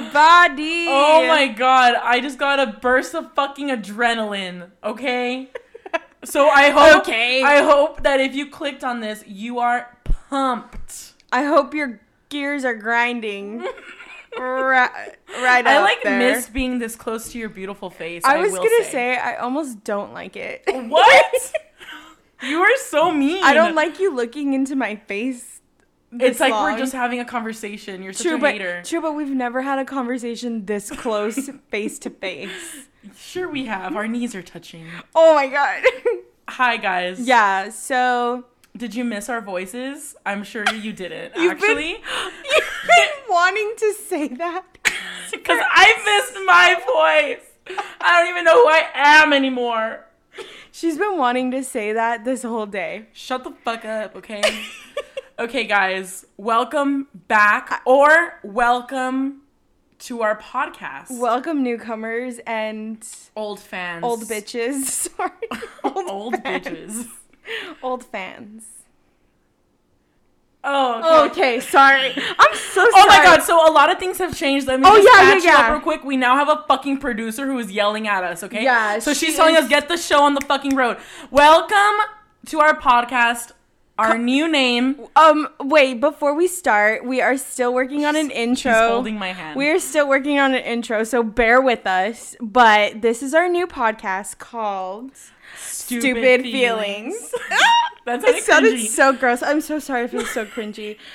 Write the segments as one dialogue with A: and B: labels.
A: body.
B: Oh my god, I just got a burst of fucking adrenaline, okay? so I hope
A: Okay.
B: I hope that if you clicked on this, you are pumped.
A: I hope your gears are grinding. right, right
B: I
A: out
B: like
A: there.
B: miss being this close to your beautiful face.
A: I was
B: will
A: gonna
B: say.
A: say I almost don't like it.
B: What? you are so mean.
A: I don't like you looking into my face.
B: It's
A: this
B: like
A: long.
B: we're just having a conversation. You're such
A: True,
B: a
A: but
B: hater.
A: true, but we've never had a conversation this close, face to face.
B: Sure, we have. Our knees are touching.
A: Oh my god.
B: Hi, guys.
A: yeah. So
B: Did you miss our voices? I'm sure you didn't,
A: You've been-
B: actually.
A: you've been wanting to say that.
B: Because I missed my voice. I don't even know who I am anymore.
A: She's been wanting to say that this whole day.
B: Shut the fuck up, okay? okay, guys. Welcome back or welcome to our podcast.
A: Welcome newcomers and
B: old fans.
A: old bitches. Sorry.
B: old
A: fans.
B: bitches.
A: Old fans.
B: Oh, okay.
A: Okay, sorry. I'm so sorry.
B: Oh my god, so a lot of things have changed. Let me
A: Oh,
B: just
A: yeah, yeah,
B: catch you up
A: yeah.
B: real quick. We now have a fucking producer who is yelling at us, okay?
A: Yeah,
B: So she's
A: she
B: telling
A: is-
B: us, get the show on the fucking road. Welcome to our podcast, our new name.
A: Um, wait, before we start, we are still working on an intro.
B: She's holding my hand.
A: we are still working on an intro, so bear with us. But this is our new podcast called
B: Stupid,
A: Stupid Feelings.
B: That's
A: it sounded
B: cringy.
A: so gross. I'm so sorry. I feel so cringy.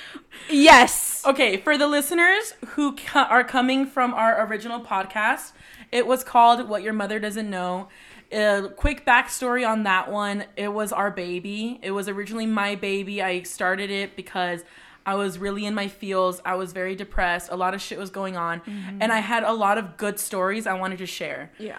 A: Yes.
B: Okay, for the listeners who co- are coming from our original podcast, it was called What Your Mother Doesn't Know. A quick backstory on that one it was our baby. It was originally my baby. I started it because I was really in my feels. I was very depressed. A lot of shit was going on. And I had a lot of good stories I wanted to share
A: Yeah.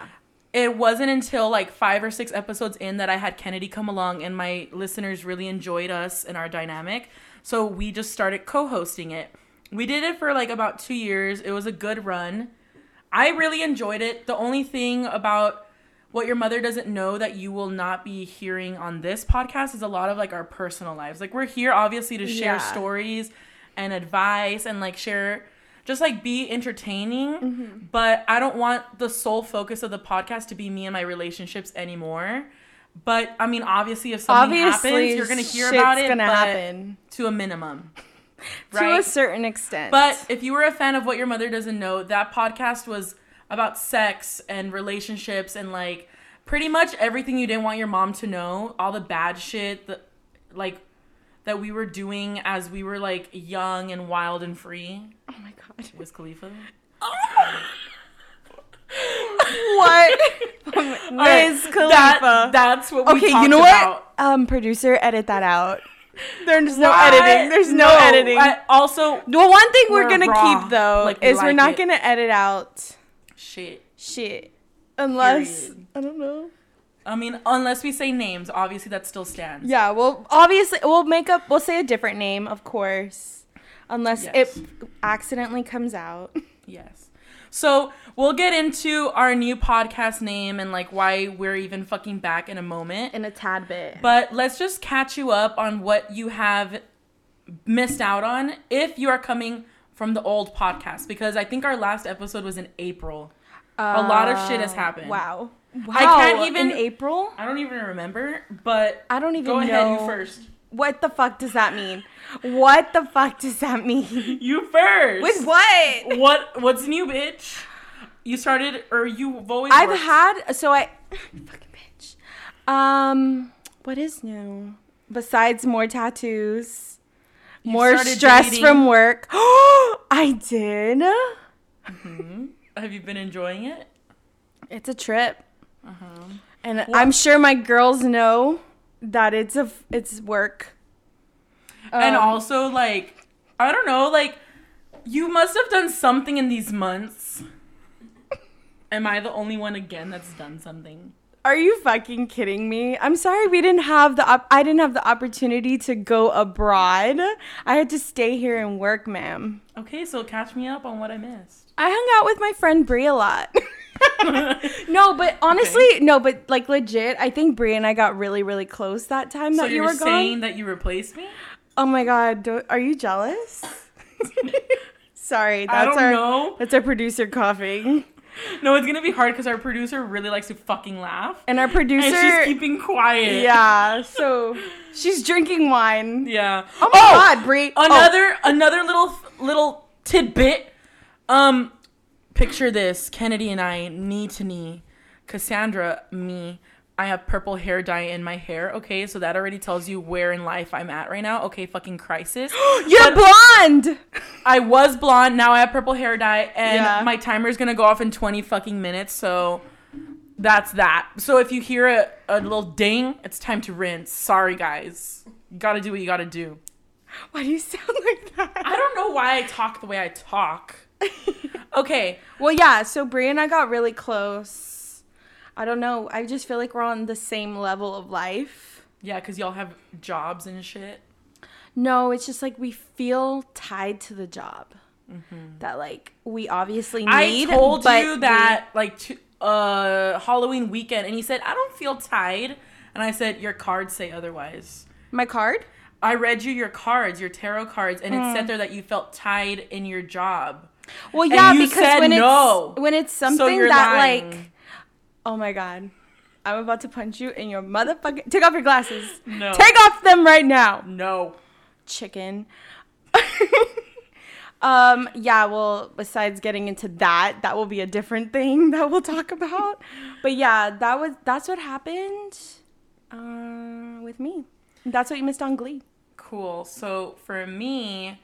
B: it wasn't until like five or six episodes in that I had Kennedy come along, and my listeners really enjoyed us and our dynamic. So we just started co hosting it. We did it for like about two years. It was a good run. I really enjoyed it. The only thing about what your mother doesn't know that you will not be hearing on this podcast is a lot of like our personal lives. Like we're here obviously to share
A: Yeah.
B: stories and advice and like share just like be entertaining,
A: Mm-hmm.
B: but I don't want the sole focus of the podcast to be me and my relationships anymore. But I mean, obviously, if something
A: Obviously,
B: happens, you're gonna hear
A: shit's
B: about it,
A: gonna
B: but
A: happen.
B: to a minimum,
A: To a certain extent.
B: but if you were a fan of What Your Mother Doesn't Know, that podcast was about sex and relationships and like pretty much everything you didn't want your mom to know, all the bad shit that like that we were doing as we were like young and wild and free.
A: oh my god.
B: Was Khalifa?
A: What? Wiz Khalifa.
B: That, that's what we
A: okay,
B: talked
A: you know
B: about.
A: what? Um, producer, edit that out. There's no
B: What?
A: editing. There's no, editing.
B: I- also,
A: the one thing we're,
B: We're
A: gonna
B: raw,
A: keep though
B: like we
A: is we're
B: like
A: not
B: it.
A: gonna edit out
B: shit.
A: shit, unless
B: Period.
A: I don't know.
B: I mean, unless we say names, obviously that still stands.
A: Yeah, well, obviously we'll make up. We'll say a different name, of course, unless
B: Yes.
A: it accidentally comes out.
B: Yes. So we'll get into our new podcast name and like why we're even fucking back in a moment.
A: In a tad bit.
B: But let's just catch you up on what you have missed out on if you are coming from the old podcast because I think our last episode was in April. a lot of shit has happened.
A: Uh, Wow. Wow.
B: can't even-
A: in April.
B: I don't even remember, but
A: I don't even
B: go ahead you
A: know.
B: first.
A: What the fuck does that mean? What the fuck does that mean?
B: You first.
A: With what?
B: What what's new, bitch? You started or you've always
A: I've
B: worked-
A: had so I fucking bitch. Um, what is new besides more tattoos, more
B: started
A: stress
B: dating.
A: from work? I did.
B: have you been enjoying it?
A: It's a trip,
B: Uh-huh.
A: and I'm sure my girls know that it's a f- it's work.
B: and
A: Um,
B: also like i don't know like you must have done something in these months am i the only one again that's done something
A: Are you fucking kidding me? I'm sorry we didn't have the op- I didn't have the opportunity to go abroad. I had to stay here and work, ma'am.
B: okay so catch me up on what i missed
A: I hung out with my friend Brie a lot. no, but honestly, no, but like legit, I think Brie and I got really, really close that time
B: so
A: that you
B: you're
A: were
B: saying
A: gone.
B: that you replaced me
A: Oh my god, do- are you jealous? Sorry,
B: I
A: that's
B: don't
A: our
B: know.
A: that's our producer coughing,
B: No, it's gonna be hard because our producer really likes to fucking laugh,
A: and our producer.
B: and she's keeping quiet.
A: yeah, so she's drinking wine.
B: yeah.
A: Oh my god, Brie! Oh,
B: another another little little tidbit. Um, picture this: Kennedy and I knee to knee. Cassandra, me. I have purple hair dye in my hair. Okay, so that already tells you where in life I'm at right now. Okay, fucking crisis.
A: you're blonde.
B: I was blonde. Now I have purple hair dye, and
A: Yeah.
B: my timer is gonna go off in 20 fucking minutes. So that's that. So if you hear a, a little ding, it's time to rinse. Sorry, guys. You gotta do what you gotta do.
A: Why do you sound like that?
B: I don't know why I talk the way I talk. Okay,
A: Well, yeah. So Brie and I got really close. I don't know. I just feel like we're on the same level of life.
B: yeah, because y'all have jobs and shit.
A: No, it's just like we feel tied to the job that like we obviously need.
B: Mm-hmm. I told
A: but
B: you that like to, uh Halloween weekend, and he said I don't feel tied, and I said your cards say otherwise.
A: we- my card.
B: I read you your cards, your tarot cards, and it
A: Mm.
B: said there that you felt tied in your job.
A: Well, yeah,
B: you
A: because
B: said
A: when it's
B: no.
A: when it's something
B: you're
A: that
B: lying.
A: like, oh my god, I'm about to punch you in your motherfucking. Take off your glasses.
B: No.
A: Take off them right now.
B: No.
A: chicken. um, yeah, well, besides getting into that, that will be a different thing that we'll talk about. but yeah, that was that's what happened uh, with me. That's what you missed on Glee.
B: Cool. So for me,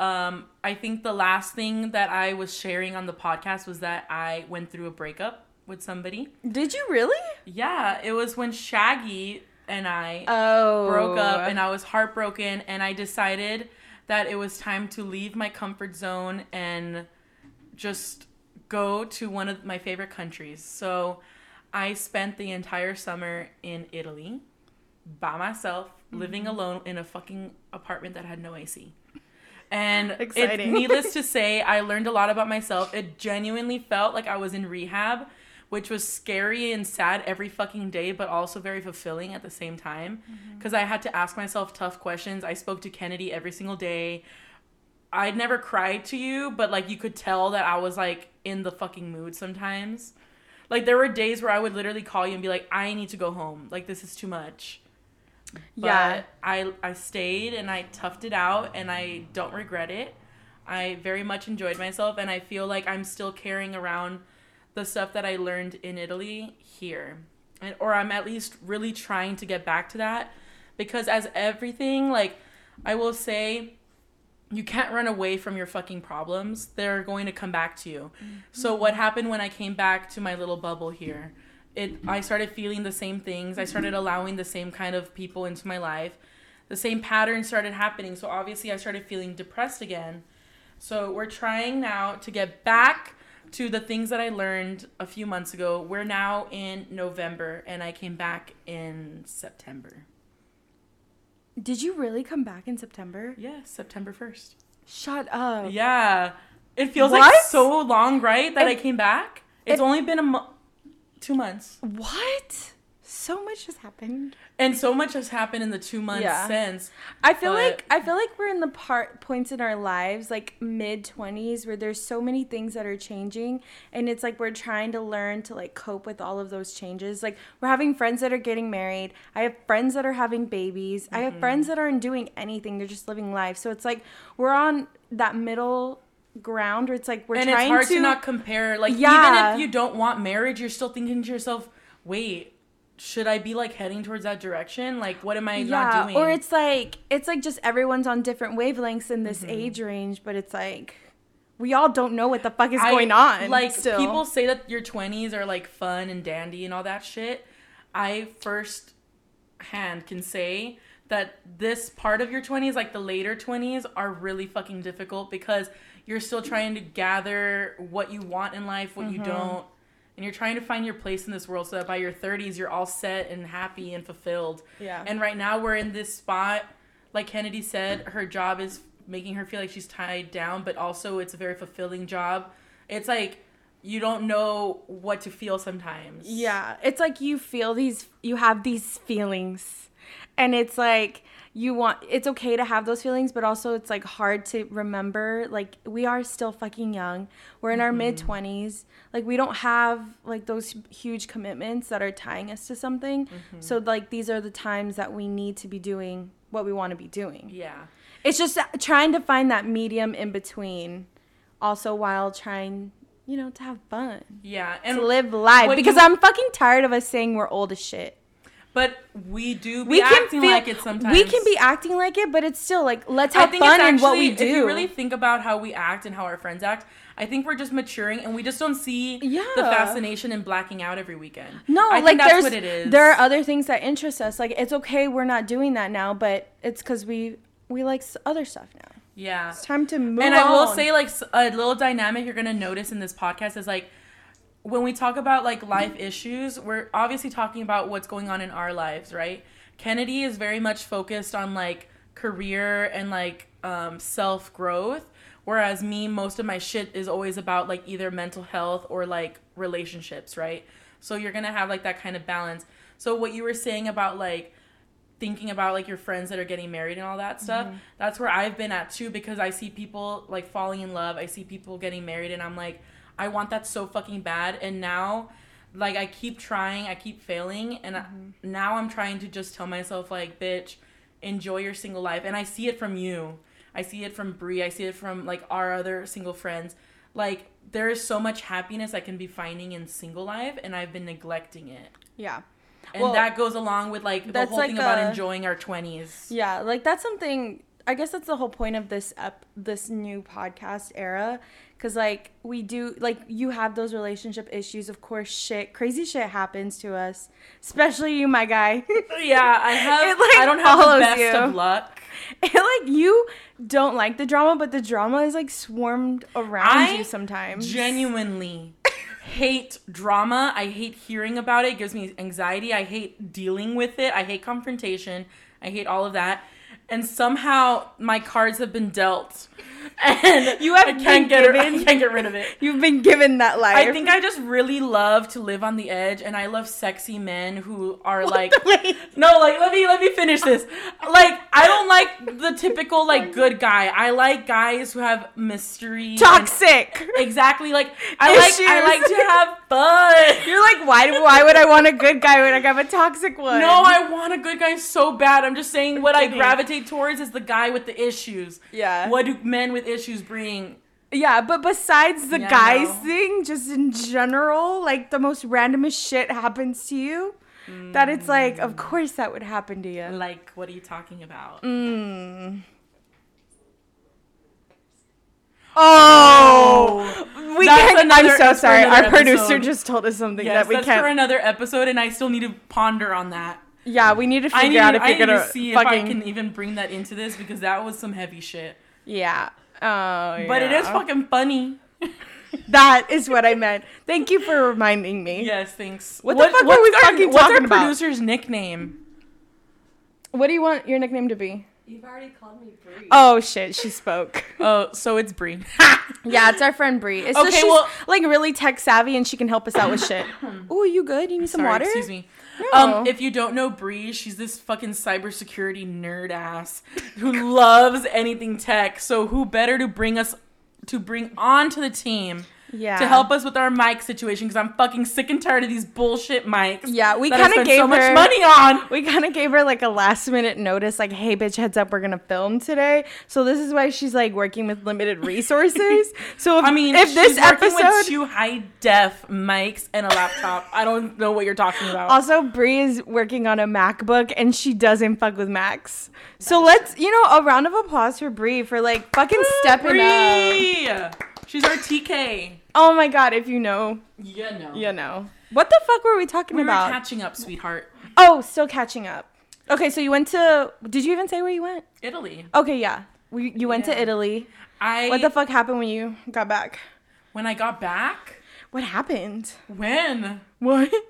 B: um, I think the last thing that I was sharing on the podcast was that I went through a breakup with somebody.
A: Did you really?
B: Yeah, it was when Shaggy and I
A: Oh,
B: broke up and I was heartbroken and I decided that it was time to leave my comfort zone and just go to one of my favorite countries. So I spent the entire summer in Italy by myself, living alone in a fucking apartment that had no AC. And it-
A: Exciting.
B: needless to say, I learned a lot about myself. It genuinely felt like I was in rehab, which was scary and sad every fucking day, but also very fulfilling at the same time. Because I had to ask myself tough questions. I spoke to Kennedy every single day. I'd never cried to you, but like you could tell that I was like in the fucking mood sometimes. Like there were days where I would literally call you and be like, I need to go home. Like this is too much. But
A: yeah.
B: I I stayed and I toughed it out and I don't regret it. I very much enjoyed myself and I feel like I'm still carrying around the stuff that I learned in Italy here. And or I'm at least really trying to get back to that because as everything like I will say you can't run away from your fucking problems. They're going to come back to you. So what happened when I came back to my little bubble here? It I started feeling the same things. I started allowing the same kind of people into my life. The same pattern started happening. So obviously I started feeling depressed again. So we're trying now to get back to the things that I learned a few months ago. We're now in November and I came back in September.
A: Did you really come back in September?
B: Yeah, September 1st.
A: Shut up.
B: Yeah. It feels like
A: What?
B: so long, right? That I
A: It-
B: came back. It's
A: it-
B: only been a mo- two months.
A: What? So much has happened.
B: And so much has happened in the two months
A: Yeah.
B: since.
A: I feel
B: But-
A: like I feel like we're in the part points in our lives, like mid twenties, where there's so many things that are changing, and it's like we're trying to learn to like cope with all of those changes. Like we're having friends that are getting married. I have friends that are having babies. I have
B: Mm-hmm.
A: friends that aren't doing anything; they're just living life. So it's like we're on that middle ground where it's like we're
B: and it's
A: trying
B: hard
A: to,
B: to, not compare. Like,
A: Yeah.
B: even if you don't want marriage, you're still thinking to yourself, wait, should I be like heading towards that direction? Like, what am I
A: yeah,
B: not doing?
A: or it's like it's like just everyone's on different wavelengths in
B: Mm-hmm.
A: this age range, but it's like. We all don't know what the fuck is
B: I-
A: going on.
B: Like
A: still.
B: people say that your twenties are like fun and dandy and all that shit. I first hand can say that this part of your twenties, like the later twenties, are really fucking difficult because you're still trying to gather what you want in life, what you
A: Mm-hmm.
B: don't. And you're trying to find your place in this world so that by your 30s, you're all set and happy and fulfilled.
A: Yeah.
B: And right now, we're in this spot. Like Kennedy said, her job is making her feel like she's tied down, but also it's a very fulfilling job. It's like you don't know what to feel sometimes.
A: Yeah, it's like you feel these, you have these feelings, and it's like you want it's okay to have those feelings but also it's like hard to remember like we are still fucking young we're in our mid 20s like we don't have like those huge commitments that are tying us to something so like these are the times that we need to be doing what we want to be doing
B: Yeah.
A: it's just trying to find that medium in between also while trying you know to have fun
B: Yeah.
A: to
B: And
A: live life
B: what
A: because
B: you-
A: i'm fucking tired of us saying we're old as shit
B: but we do be
A: we can
B: acting
A: feel,
B: like it sometimes.
A: We can be acting like it, but it's still like let's
B: I
A: have
B: think
A: fun
B: it's
A: in
B: actually,
A: what we do.
B: If you really think about how we act and how our friends act, I think we're just maturing and we just don't see
A: Yeah.
B: the fascination in blacking out every weekend.
A: no,
B: I think
A: like
B: that's
A: there's
B: what it is.
A: there are other things that interest us. Like it's okay we're not doing that now, but it's because we we like s- other stuff now.
B: yeah.
A: It's time to move.
B: and I will
A: on.
B: say like s- a little dynamic you're gonna notice in this podcast is like when we talk about like life issues, we're obviously talking about what's going on in our lives, right? Kennedy is very much focused on like career and like um, self growth, whereas me, most of my shit is always about like either mental health or like relationships, right? So you're gonna have like that kind of balance. So what you were saying about like thinking about like your friends that are getting married and all that stuff that's where i've been at too because i see people like falling in love i see people getting married and i'm like i want that so fucking bad and now like i keep trying i keep failing and I- now i'm trying to just tell myself like bitch enjoy your single life and i see it from you i see it from brie i see it from like our other single friends like there is so much happiness i can be finding in single life and i've been neglecting it
A: yeah.
B: and
A: Well,
B: that goes along with like the
A: that's
B: whole thing
A: like
B: about
A: a-
B: enjoying our 20s
A: Yeah, like that's something. I guess that's the whole point of this up this new podcast era, because like we do like you have those relationship issues. Of course, shit, crazy shit happens to us, especially you, my guy.
B: yeah i have
A: It, like,
B: i don't have the
A: follows
B: best
A: you.
B: of luck
A: like you don't like the drama, but the drama is like swarmed around
B: I
A: you sometimes.
B: genuinely hate drama i hate hearing about it. it gives me anxiety i hate dealing with it i hate confrontation i hate all of that and somehow my cards have been dealt and
A: You have
B: I can't
A: been
B: get rid- I
A: given-
B: can't get rid of it
A: You've been given that life.
B: I think I just really love to live on the edge, and I love sexy men who are like,
A: Wait.
B: no, like let me let me finish this. Like I don't like the typical like good guy. I like guys who have mystery, and-
A: toxic.
B: exactly. Like I like I
A: Issues.
B: like to have fun.
A: You're like, why? Why would I want a good guy when I have a toxic one?
B: No, I want a good guy so bad. I'm just saying what I
A: Kidding.
B: gravitate towards is the guy with the issues.
A: Yeah.
B: What do men with issues bring?
A: Yeah, but besides the
B: Yeah, I
A: guys
B: know.
A: thing, just in general, like the most randomest shit happens to you. That it's like,
B: Mm.
A: of course that would happen to you.
B: Like, what are you talking about?
A: Oh, we
B: That's
A: can't.
B: another-
A: I'm so
B: that's for
A: sorry. Our
B: another
A: producer
B: episode.
A: just told us something
B: Yes,
A: that we
B: that's
A: can't.
B: for another episode, and I still need to ponder on that.
A: yeah, we need to figure
B: I need,
A: out if
B: I
A: you're
B: need
A: gonna
B: to see
A: fucking.
B: if I can even bring that into this because that was some heavy shit.
A: Yeah. Oh,
B: But it is
A: yeah.
B: fucking funny.
A: That is what I meant. Thank you for reminding me.
B: Yes, thanks.
A: What the fuck were
B: what's
A: we
B: our-
A: fucking
B: what's
A: talking
B: our
A: about?
B: producer's nickname?
A: What do you want your nickname to be?
C: You've already called me Bree.
A: Oh shit, she spoke.
B: Oh, so it's Bree.
A: Yeah, it's our friend Bree. It's
B: Okay,
A: just she's
B: well-
A: like really tech savvy and she can help us out with shit. Ooh, you good? You need some
B: Sorry,
A: water?
B: Excuse me.
A: No.
B: Um, if you don't know Bree, she's this fucking cybersecurity nerd ass who loves anything tech. So who better to bring us to bring onto the team
A: Yeah.
B: to help us with our mic situation? Because I'm fucking sick and tired of these bullshit mics.
A: Yeah, we
B: that I
A: kinda
B: spend
A: gave
B: so much
A: her-
B: money on.
A: We kind of gave her like a last minute notice, like, hey, bitch, heads up, we're going to film today. So this is why she's like working with limited resources. so if,
B: I mean,
A: if this
B: she's working with
A: episode.
B: two high def mics and a laptop. I don't know what you're talking about.
A: Also, Bree is working on a MacBook and she doesn't fuck with Macs. So let's, you know, a round of applause for Bree for like fucking stepping up.
B: Bree! She's our TK.
A: Oh my god, if you know,
B: Yeah, no.
A: you know. What the fuck were we talking
B: we were
A: about?
B: catching up, sweetheart.
A: Oh, still catching up. Okay, so you went to. Did you even say where you went?
B: Italy.
A: Okay, yeah. We, you went
B: Yeah.
A: to Italy.
B: I
A: What the fuck happened when you got back?
B: when I got back.
A: What happened?
B: When?
A: What?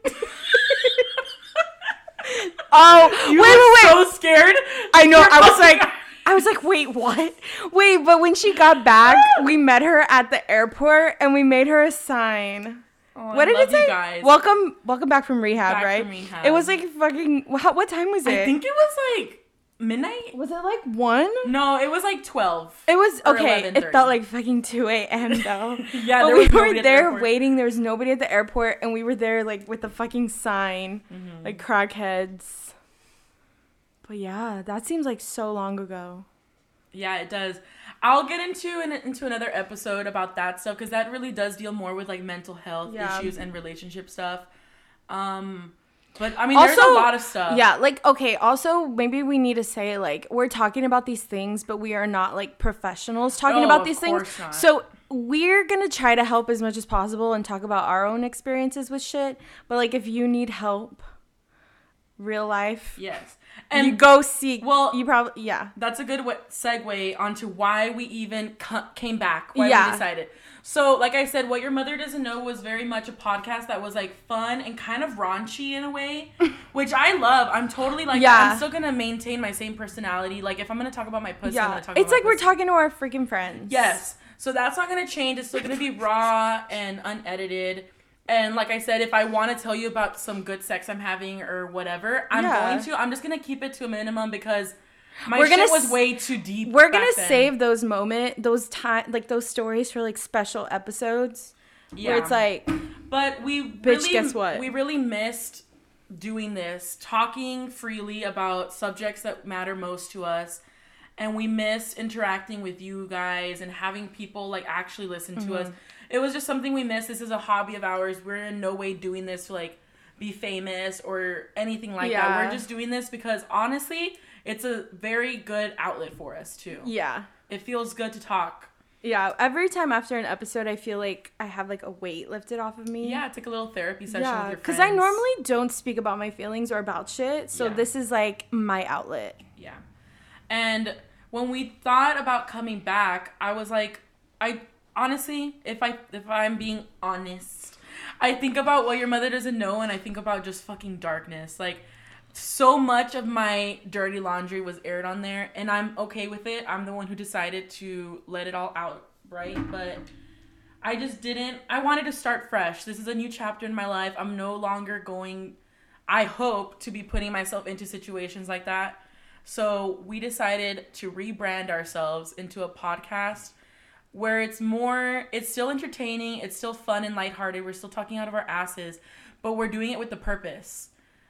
A: oh, wait,
B: You
A: wait, wait.
B: were so scared.
A: I know.
B: Your
A: I was
B: fucking-
A: like, I was like, wait, what? Wait, but when she got back, we met her at the airport and we made her a sign.
B: Oh, I
A: What did
B: love
A: it say?
B: You guys.
A: Welcome, welcome back from rehab,
B: Back
A: right?
B: from
A: It
B: rehab.
A: was like fucking. wha- What time was it?
B: I think it was like midnight?
A: Was it like one?
B: No, it was like twelve.
A: It was
B: Or
A: okay. It
B: 11:30.
A: felt like fucking two a.m. though.
B: Yeah, there
A: but we
B: was
A: were
B: nobody at the
A: there
B: airport.
A: waiting. There was nobody at the airport, and we were there like with the fucking sign,
B: Mm-hmm.
A: like crackheads. But yeah, that seems like so long ago.
B: Yeah, it does. I'll get into an, into another episode about that stuff because that really does deal more with like mental health
A: Yeah.
B: issues and relationship stuff. Um, but I mean, there's
A: Also-
B: a lot of stuff.
A: yeah, like okay. Also, maybe we need to say like we're talking about these things, but we are not like professionals talking
B: No,
A: about
B: of
A: these things.
B: course not.
A: So we're gonna try to help as much as possible and talk about our own experiences with shit. But like, if you need help, real life,
B: Yes.
A: and
B: And
A: you go seek.
B: well-
A: you probably yeah.
B: that's a good w- segue onto why we even c- came back why
A: Yeah.
B: we decided so like i said what your mother doesn't know was very much a podcast that was like fun and kind of raunchy in a way which i love i'm totally like
A: Yeah.
B: i'm still gonna maintain my same personality like if i'm gonna talk about my pussy i'm
A: Yeah,
B: gonna talk
A: it's
B: about
A: like
B: my
A: we're
B: pussy.
A: talking to our freaking friends.
B: Yes. So that's not going to change. It's still going to be raw and unedited. And like I said, if I want to tell you about some good sex I'm having or whatever, I'm
A: Yeah.
B: going to. I'm just going to keep it to a minimum because my
A: We're
B: shit
A: gonna
B: was
A: s-
B: way too deep.
A: We're
B: back
A: gonna
B: then.
A: save those moment, those time, like those stories for like special episodes
B: Yeah.
A: where it's like,
B: but we really,
A: guess what?
B: We really missed doing this, talking freely about subjects that matter most to us. And we missed interacting with you guys and having people like actually listen to
A: Mm-hmm.
B: us. It was just something we missed. This is a hobby of ours. We're in no way doing this to like be famous or anything like that.
A: Yeah.
B: We're just doing this because honestly, it's a very good outlet for us too.
A: yeah,
B: It feels good to talk.
A: yeah. Every time after an episode, I feel like I have like a weight lifted off of me.
B: Yeah, it's like a little therapy session with
A: yeah.
B: your
A: Because
B: friends.
A: I normally don't speak about my feelings or about shit, so
B: Yeah.
A: this is like my outlet.
B: Yeah. And when we thought about coming back, I was like, I honestly, if I if I'm being honest, I think about what your mother doesn't know and I think about just fucking darkness. Like so much of my dirty laundry was aired on there and I'm okay with it. I'm the one who decided to let it all out, right? But I just didn't I wanted to start fresh. This is a new chapter in my life. I'm no longer going I hope to be putting myself into situations like that. So we decided to rebrand ourselves into a podcast where it's more, it's still entertaining, it's still fun and lighthearted. We're still talking out of our asses, but we're doing it with the purpose.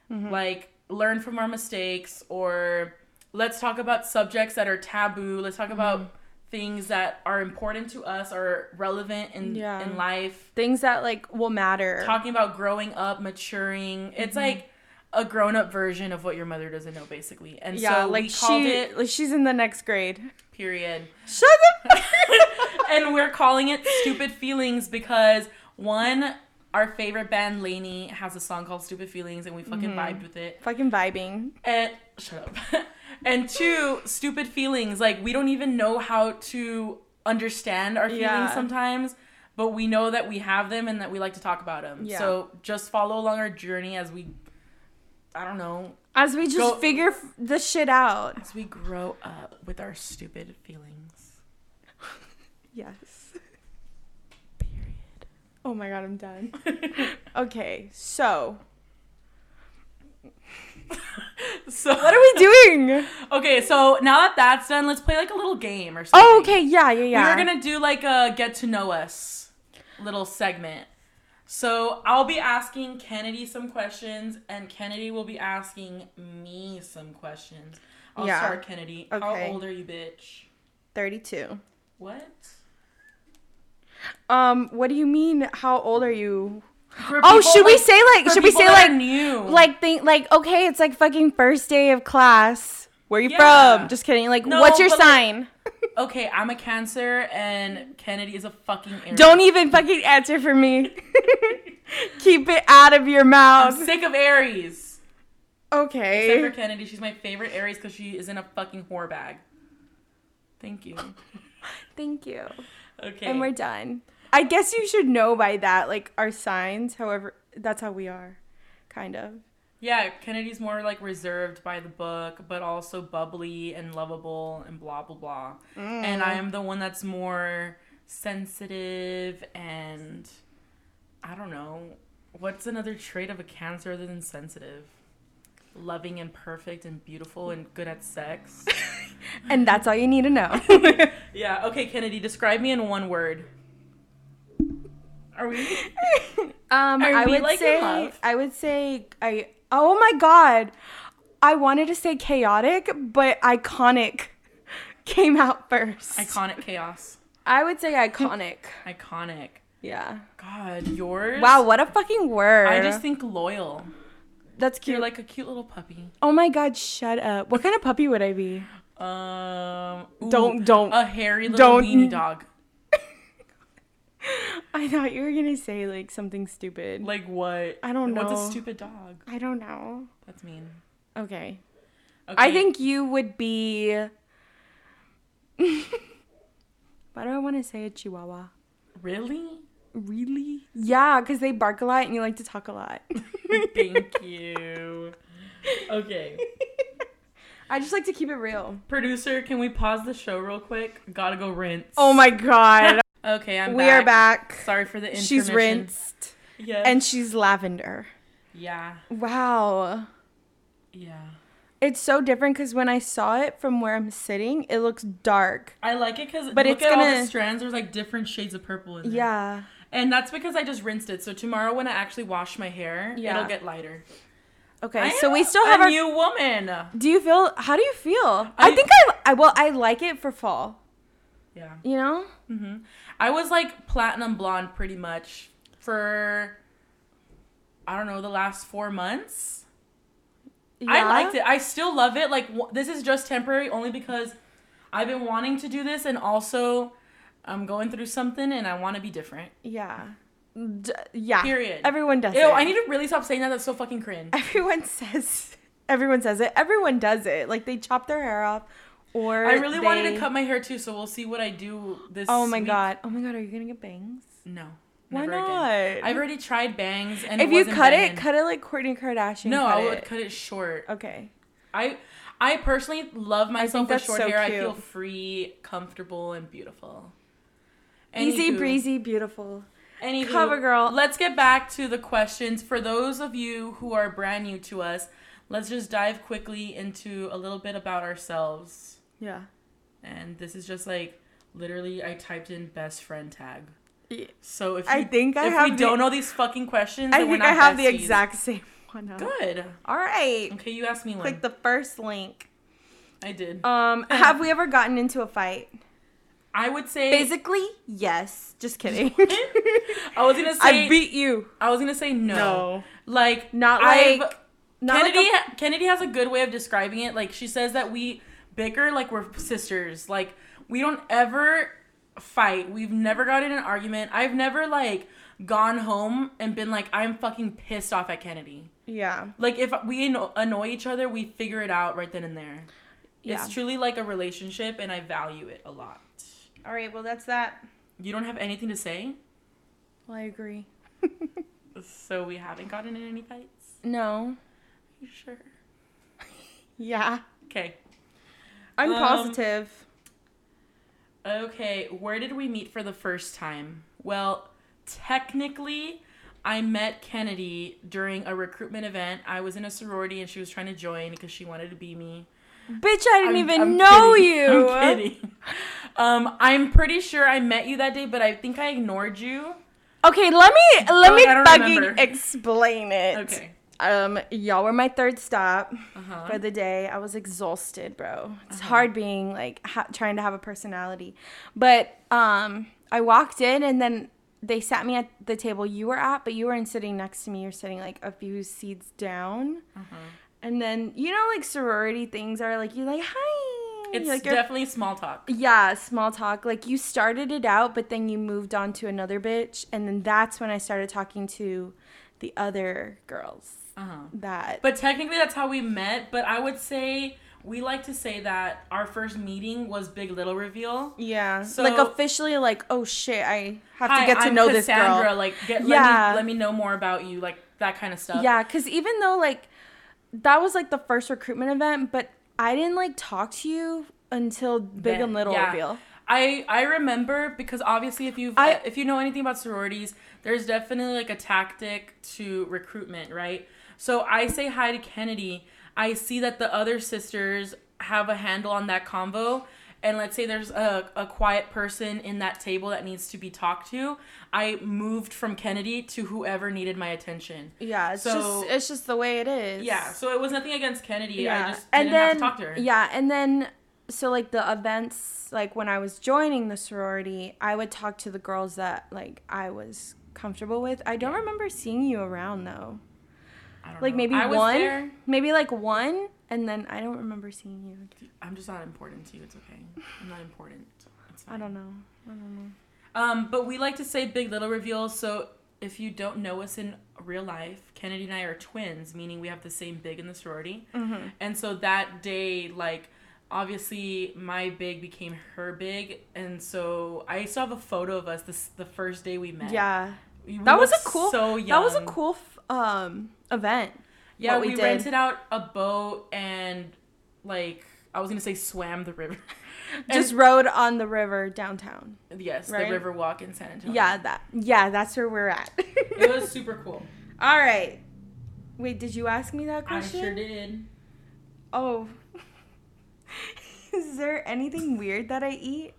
B: Like, learn from our mistakes, or let's talk about subjects that are taboo. Let's talk about things that are important to us or relevant in,
A: Yeah.
B: in life
A: Things that like will matter.
B: talking about growing up, maturing. It's
A: Mm-hmm.
B: like a grown up version of what your mother doesn't know, basically. And
A: yeah,
B: so
A: like
B: we called
A: she,
B: it
A: like she's in the next grade.
B: period.
A: Shut the.
B: and we're calling it Stupid Feelings because one, our favorite band Laney has a song called Stupid Feelings and we fucking
A: Mm-hmm.
B: vibed with it.
A: Fucking vibing.
B: And shut up. and two, stupid feelings. Like we don't even know how to understand our feelings
A: Yeah.
B: sometimes, but we know that we have them and that we like to talk about them.
A: Yeah.
B: So just follow along our journey as we, I don't know,
A: As we just
B: Go-
A: figure f- the shit out.
B: as we grow up with our stupid feelings.
A: Yes.
B: Period.
A: Oh my god, I'm done. okay, so
B: So
A: what are we doing?
B: okay, so now that that's done, let's play like a little game or something.
A: Oh, okay, yeah, yeah, yeah.
B: We were gonna do like a get to know us little segment. So I'll be asking Kennedy some questions, and Kennedy will be asking me some questions. I'll
A: Yeah.
B: start Kennedy. How
A: Okay.
B: old are you, bitch?
A: 32.
B: What?
A: Um, what do you mean? How old are you?
B: For
A: Oh,
B: people,
A: should we
B: like-
A: say like?
B: for
A: Should we
B: people
A: say
B: that are
A: like?
B: new?
A: Like think like okay, it's like fucking first day of class. Where you
B: Yeah.
A: from? Just kidding. Like,
B: No,
A: what's your
B: but, like,
A: sign?
B: okay, I'm a Cancer, and Kennedy is a fucking. Aries.
A: Don't e- even fucking answer for me. Keep it out of your
B: I'm
A: mouth.
B: sick of Aries. Except for
A: Okay.
B: Kennedy, she's my favorite Aries because she is in a fucking whore bag. Thank you.
A: Thank you.
B: Okay.
A: And we're done. I guess you should know by that, like our signs. However, that's how we are, kind of.
B: Yeah, Kennedy's more like reserved by the book, but also bubbly and lovable and blah blah blah. And I am the one that's more sensitive and I don't know what's another trait of a cancer other than sensitive. loving and perfect and beautiful and good at sex.
A: And that's all you need to know.
B: yeah. Okay, Kennedy, describe me in one word. Are we?
A: Um,
B: Are
A: I
B: we,
A: would
B: like, in
A: say
B: love?
A: I would say I. Oh my god, I wanted to say chaotic, but iconic came out first.
B: Iconic chaos.
A: I would say iconic.
B: Iconic.
A: yeah.
B: God, yours.
A: Wow, what a fucking word.
B: I just think loyal.
A: that's cute.
B: You're like a cute little puppy.
A: oh my god, shut up. What kind of puppy would I be?
B: Um. ooh,
A: Don't- don't-
B: A hairy little
A: don't-
B: weenie dog.
A: I thought you were gonna say like something stupid.
B: Like what?
A: I don't
B: What's
A: know.
B: a stupid dog?
A: I don't know.
B: That's mean.
A: Okay.
B: Okay.
A: I think you would be. Why do I want to say a chihuahua?
B: Really?
A: Really? Yeah, because they bark a lot and you like to talk a lot.
B: Thank you. Okay.
A: I just like to keep it real.
B: Producer, can we pause the show real quick? Gotta go rinse.
A: Oh my god.
B: Okay, I'm
A: we are back.
B: Sorry for the intermission.
A: She's rinsed
B: Yes.
A: and she's lavender.
B: yeah,
A: Wow.
B: yeah.
A: It's so different because when I saw it from where I'm sitting, it looks dark.
B: I like it because
A: But
B: look
A: it's
B: at all
A: gonna-
B: the strands. There's like different shades of purple in there.
A: Yeah.
B: And that's because I just rinsed it. So tomorrow when I actually wash my hair,
A: Yeah.
B: it'll get lighter.
A: Okay.
B: I
A: so
B: am
A: we still
B: a
A: have our.
B: new woman.
A: do you feel? How do you feel? I,
B: I-
A: think I, I. Well, I like it for fall.
B: Yeah.
A: You know.
B: hmm I was like platinum blonde pretty much for I don't know the last four months. I
A: Yeah.
B: liked it. I still love it. Like w- this is just temporary, only because I've been wanting to do this, and also I'm going through something, and I want to be different.
A: Yeah. D- yeah.
B: Period.
A: Everyone does.
B: Ew,
A: it.
B: I need to really stop saying that. That's so fucking cringe.
A: everyone says everyone says it everyone does it like they chop their hair off or
B: I really wanted
A: they-
B: to cut my hair too, so we'll see what I do this.
A: oh my
B: week.
A: god oh my god are you gonna get bangs
B: No.
A: Why
B: never again.
A: not?
B: I've already tried bangs, and
A: if
B: it
A: you
B: wasn't
A: cut
B: banging.
A: it cut it like Kourtney kardashian
B: No,
A: cut
B: I would
A: it.
B: cut it short.
A: okay
B: I I personally love myself with
A: that's
B: short
A: so
B: hair. I
A: cute.
B: feel free, comfortable, and beautiful.
A: easy
B: Anywho.
A: breezy beautiful
B: Anywho,
A: CoverGirl.
B: Let's get back to the questions. For those of you who are brand new to us, let's just dive quickly into a little bit about ourselves.
A: yeah
B: And this is just like literally, I typed in best friend tag.
A: Yeah.
B: So if you,
A: I think I
B: if
A: have
B: we
A: the-
B: don't know these fucking questions,
A: i
B: then we're
A: think i
B: not
A: have the
B: besties.
A: exact same one up.
B: Good.
A: all right
B: Okay, you asked me one.
A: click the first link
B: I did.
A: um have we ever gotten into a fight
B: I would say.
A: basically yes just kidding
B: I was gonna say.
A: i beat you
B: I was gonna say no.
A: No.
B: Like
A: Not
B: I've-
A: like- not like a-
B: Kennedy. Kennedy has a good way of describing it. Like she says that we bicker like we're sisters. Like we don't ever fight. We've never got in an argument. I've never like gone home and been like I'm fucking pissed off at Kennedy.
A: yeah
B: Like if we anno- annoy each other, we figure it out right then and there.
A: yeah
B: It's truly like a relationship, and I value it a lot.
A: all right well that's that
B: You don't have anything to say,
A: well i agree
B: so we haven't gotten in any fights.
A: no
B: You sure?
A: Yeah.
B: Okay.
A: I'm
B: Um,
A: positive.
B: Okay, where did we meet for the first time? Well, technically, I met Kennedy during a recruitment event. I was in a sorority and she was trying to join because she wanted to be me.
A: Bitch, I
B: I'm-
A: didn't even
B: I'm
A: know
B: kidding.
A: you.
B: I'm kidding. Um, I'm pretty sure I met you that day, but I think I ignored you.
A: Okay, let me let
B: Oh,
A: me
B: I don't
A: fucking
B: remember.
A: explain it.
B: Okay.
A: Um, y'all were my third stop
B: Uh
A: for
B: huh.
A: the day. I was exhausted, bro. It's hard being like ha- trying to have a personality, but um, I walked in and then they sat me at the table you were at, but you weren't sitting next to me. You're sitting like a few seats down. And then you know, like sorority things are like you're like hi.
B: It's
A: like, you're
B: definitely small talk.
A: Yeah, small talk. Like you started it out, but then you moved on to another bitch, and then that's when I started talking to the other girls.
B: Uh huh.
A: That
B: But technically, that's how we met. But I would say we like to say that our first meeting was Big Little Reveal.
A: yeah,
B: So-
A: like officially, like oh shit, I have
B: Hi,
A: to get to
B: I'm
A: know
B: Cassandra.
A: this girl.
B: Like, get,
A: Yeah.
B: let, me, let me know more about you, like that kind of stuff.
A: Yeah, because even though like that was like the first recruitment event, but I didn't like talk to you until Big
B: Then-
A: and Little
B: yeah.
A: reveal.
B: I I remember because obviously if you
A: I-
B: have if you know anything about sororities, there's definitely like a tactic to recruitment, right? So I say hi to Kennedy. I see that the other sisters have a handle on that convo. And let's say there's a, a quiet person in that table that needs to be talked to. I moved from Kennedy to whoever needed my attention.
A: Yeah, it's
B: So-
A: just it's just the way it is.
B: Yeah, so it was nothing against Kennedy. I just
A: and
B: didn't
A: then
B: have to talk to her.
A: yeah, and then so like the events, like when I was joining the sorority, I would talk to the girls that like I was comfortable with. I don't remember seeing you around though.
B: I don't
A: Like
B: know.
A: maybe
B: Oh. I was
A: one,
B: there.
A: maybe like one, and then I don't remember seeing you. again.
B: I'm just not important to you. It's okay. I'm not important. It's fine.
A: I don't know. I don't know.
B: Um, but we like to say big little reveals. So if you don't know us in real life, Kennedy and I are twins, meaning we have the same big in the sorority.
A: Mhm.
B: And so that day, like, obviously my big became her big, and so I still have a photo of us this the first day we met.
A: Yeah,
B: We
A: that was a
B: looked
A: cool.
B: So young.
A: That was a cool f- um event.
B: Yeah,
A: what we
B: we,
A: did.
B: rented out a boat and like I was gonna say swam the river. And-
A: Just rode on the river downtown.
B: yes,
A: right?
B: the river walk in San Antonio.
A: Yeah, that. Yeah, that's where we're at.
B: it was super cool.
A: All right. Wait, did you ask me that
B: I
A: question?
B: sure did.
A: Oh. Is there anything weird that I eat?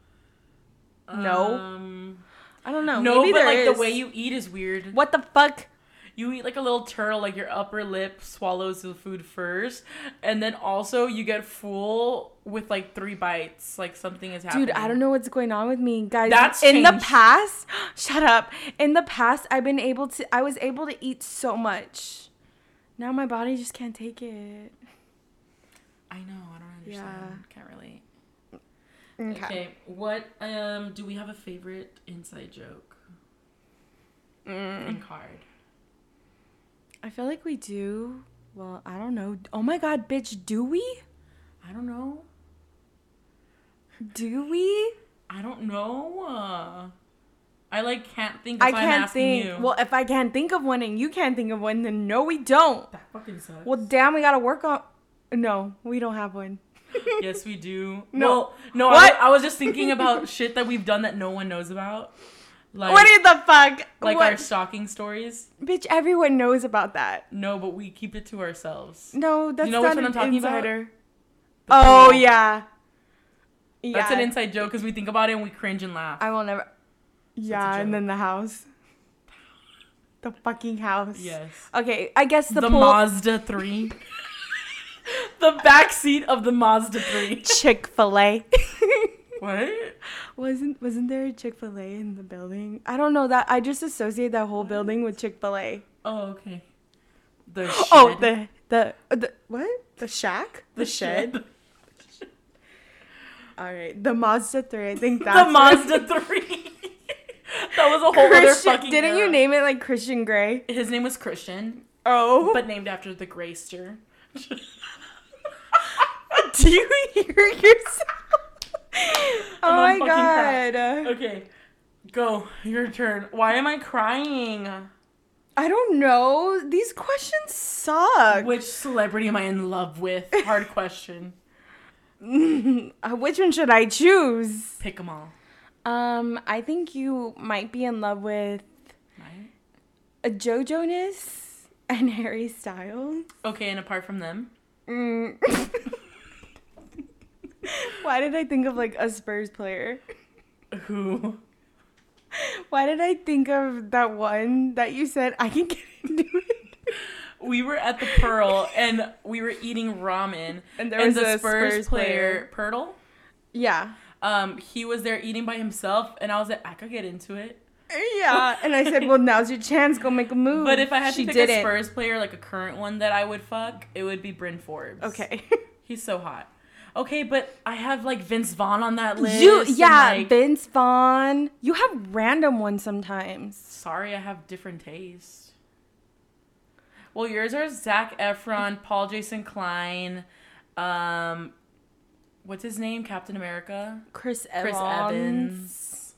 A: No.
B: Um,
A: I don't know.
B: no,
A: Maybe
B: but
A: there
B: like
A: is.
B: the way you eat is weird.
A: What the fuck?
B: You eat like a little turtle, like your upper lip swallows the food first, and then also you get full with like three bites, like something is happening.
A: Dude, I don't know what's going on with me, guys.
B: That's
A: in the
B: changed.
A: past. Shut up. In the past, I've been able to. I was able to eat so much. Now my body just can't take it.
B: I know, I don't understand. Can't relate.
A: Okay.
B: Okay. what um do we have a favorite inside joke
A: Mm.
B: and card?
A: I feel like we do. Well, I don't know. Oh my god, bitch, do we?
B: I don't know.
A: Do we?
B: I don't know. Uh, I like can't think.
A: I
B: If I am
A: can't
B: asking
A: think.
B: You.
A: Well, if I can't think of one and you can't think of one, then no, we don't.
B: that fucking sucks.
A: Well, damn, we gotta work on. No, we don't have one.
B: yes, we do.
A: No.
B: No, no. I
A: What?
B: wa- I, was just thinking about shit that we've done that no one knows about, like
A: what in the fuck?
B: like
A: What-
B: our stalking stories.
A: bitch, everyone knows about that.
B: No, but we keep it to ourselves.
A: No, that's
B: know which
A: not
B: one
A: an
B: I'm talking about?
A: insider.
B: The
A: Oh
B: pool.
A: yeah. yeah.
B: That's an inside joke because we think about it and we cringe and laugh.
A: I will never. Yeah, and
B: joke.
A: then the house. The fucking house.
B: yes.
A: Okay, I guess the,
B: The,
A: pool.
B: Mazda three. the back seat of the Mazda three.
A: Chick Fil A.
B: what?
A: wasn't wasn't there a Chick Fil A in the building? I don't know that. I just associate that whole building with Chick Fil A.
B: Oh, okay. The
A: Oh,
B: shed.
A: the the uh, the what? The shack?
B: The shed.
A: All right, the Mazda three. I think that's
B: the
A: what-
B: Mazda three. that was a whole other
A: Christian,
B: fucking.
A: didn't you
B: era.
A: name it like Christian Grey?
B: His name was Christian,
A: Oh,
B: but named after the Grayster.
A: do you hear yourself? oh my
B: I'm on fucking
A: god!
B: crack. okay, go. Your turn. Why am I crying?
A: I don't know. These questions suck.
B: Which celebrity am I in love with? Hard question.
A: Uh, Which one should I choose?
B: Pick them all.
A: Um, I think you might be in love with
B: Right?
A: a Joe Jonas and Harry Styles.
B: Okay, and apart from them,
A: Mm. Why did I think of like a Spurs player?
B: who?
A: Why did I think of that one that you said I can get into it?
B: We were at the Pearl and we were eating ramen,
A: And there
B: and
A: was
B: the
A: a
B: Spurs,
A: Spurs
B: player, Pirtle,
A: Yeah.
B: um, he was there eating by himself, and I was like, I could get into it.
A: Yeah. And I said, Well, now's your chance, go make a move.
B: But if I had
A: She
B: to pick a Spurs player, like a current one that I would fuck, it would be Bryn Forbes.
A: Okay.
B: He's so hot. Okay, but I have like Vince Vaughn on that list.
A: you
B: and,
A: yeah,
B: like,
A: Vince Vaughn. You have random ones sometimes.
B: sorry, I have different tastes. Well, yours are Zach Efron, Paul Jason Klein, um, what's his name? Captain America,
A: Chris Evans.
B: Chris Evans,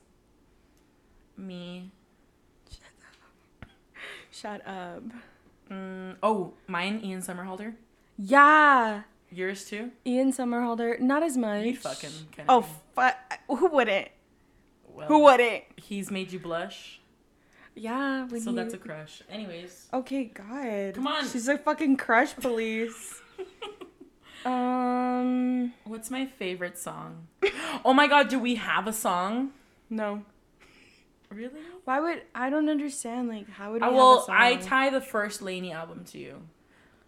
B: me.
A: Shut up.
B: Mm, oh, mine, Ian Somerhalder.
A: Yeah.
B: Yours too.
A: Ian Somerhalder, not as much.
B: You'd fuck him, Kennedy.
A: Oh, fu- who wouldn't?
B: Well,
A: Who wouldn't?
B: He's made you blush,
A: Yeah. When
B: so
A: you- Oh.
B: that's a crush. Anyways,
A: Okay, God.
B: Come on.
A: She's a fucking crush police. Um,
B: What's my favorite song? Oh my god, do we have a song?
A: no.
B: Really?
A: Why would I don't understand? Like, how would we
B: I
A: have a
B: will. Uh, I
A: song?
B: tie the first Lainey album to you.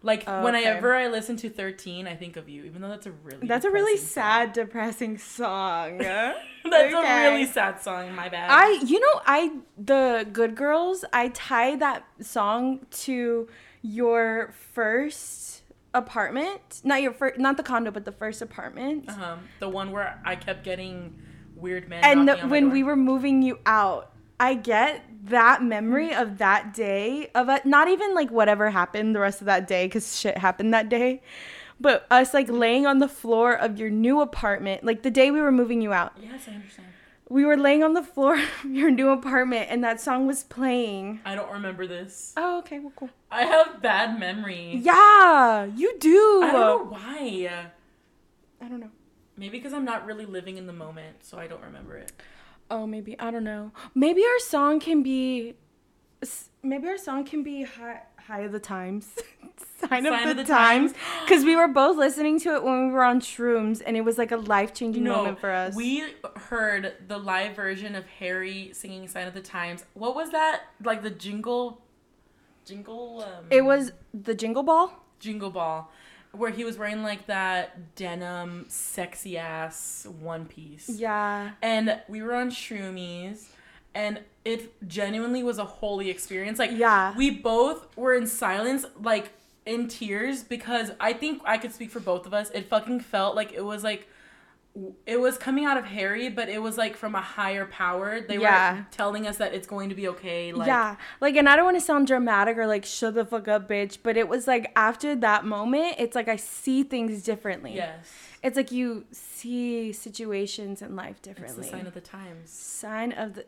B: Like
A: Oh,
B: whenever I listen to Thirteen, I think of you. Even though that's a really
A: That's a really
B: depressing
A: sad, depressing song.
B: song. that's
A: Okay.
B: a really sad song. My bad.
A: I, you know, I the Good Girls. I tie that song to your first apartment, not your first, not the condo, but the first apartment.
B: um, the one where I kept getting weird men.
A: and the,
B: knocking on my
A: when
B: door.
A: we were moving you out i get that
B: Mm-hmm.
A: memory of that day of a, not even like whatever happened the rest of that day because shit happened that day but us like laying on the floor of your new apartment like the day we were moving you out
B: Yes, I understand.
A: we were laying on the floor of your new apartment and that song was playing
B: I don't remember this.
A: oh okay well cool
B: I have bad memory.
A: yeah you do
B: I don't know why.
A: I don't know.
B: Maybe because I'm not really living in the moment, so I don't remember it.
A: oh maybe i don't know maybe our song can be s- maybe our song can be high, high of the times sign, of,
B: Sign
A: the
B: of the times.
A: times because we were both listening to it when we were on shrooms and it was like a life-changing moment for us
B: We heard the live version of Harry singing Sign of the Times. What was that? Like the jingle jingle um
A: it was the jingle ball
B: jingle ball where he was wearing like that denim sexy ass one piece.
A: yeah
B: And we were on Shroomies and it genuinely was a holy experience. Like
A: Yeah.
B: we both were in silence like in tears because I think I could speak for both of us. It fucking felt like it was like it was coming out of Harry, but it was like from a higher power. They
A: Yeah.
B: were telling us that it's going to be okay. Like,
A: yeah like and i don't want to sound dramatic or like shut the fuck up bitch but it was like after that moment it's like i see things differently
B: Yes.
A: it's like you see situations in life
B: It's
A: differently
B: the sign of the times.
A: sign of the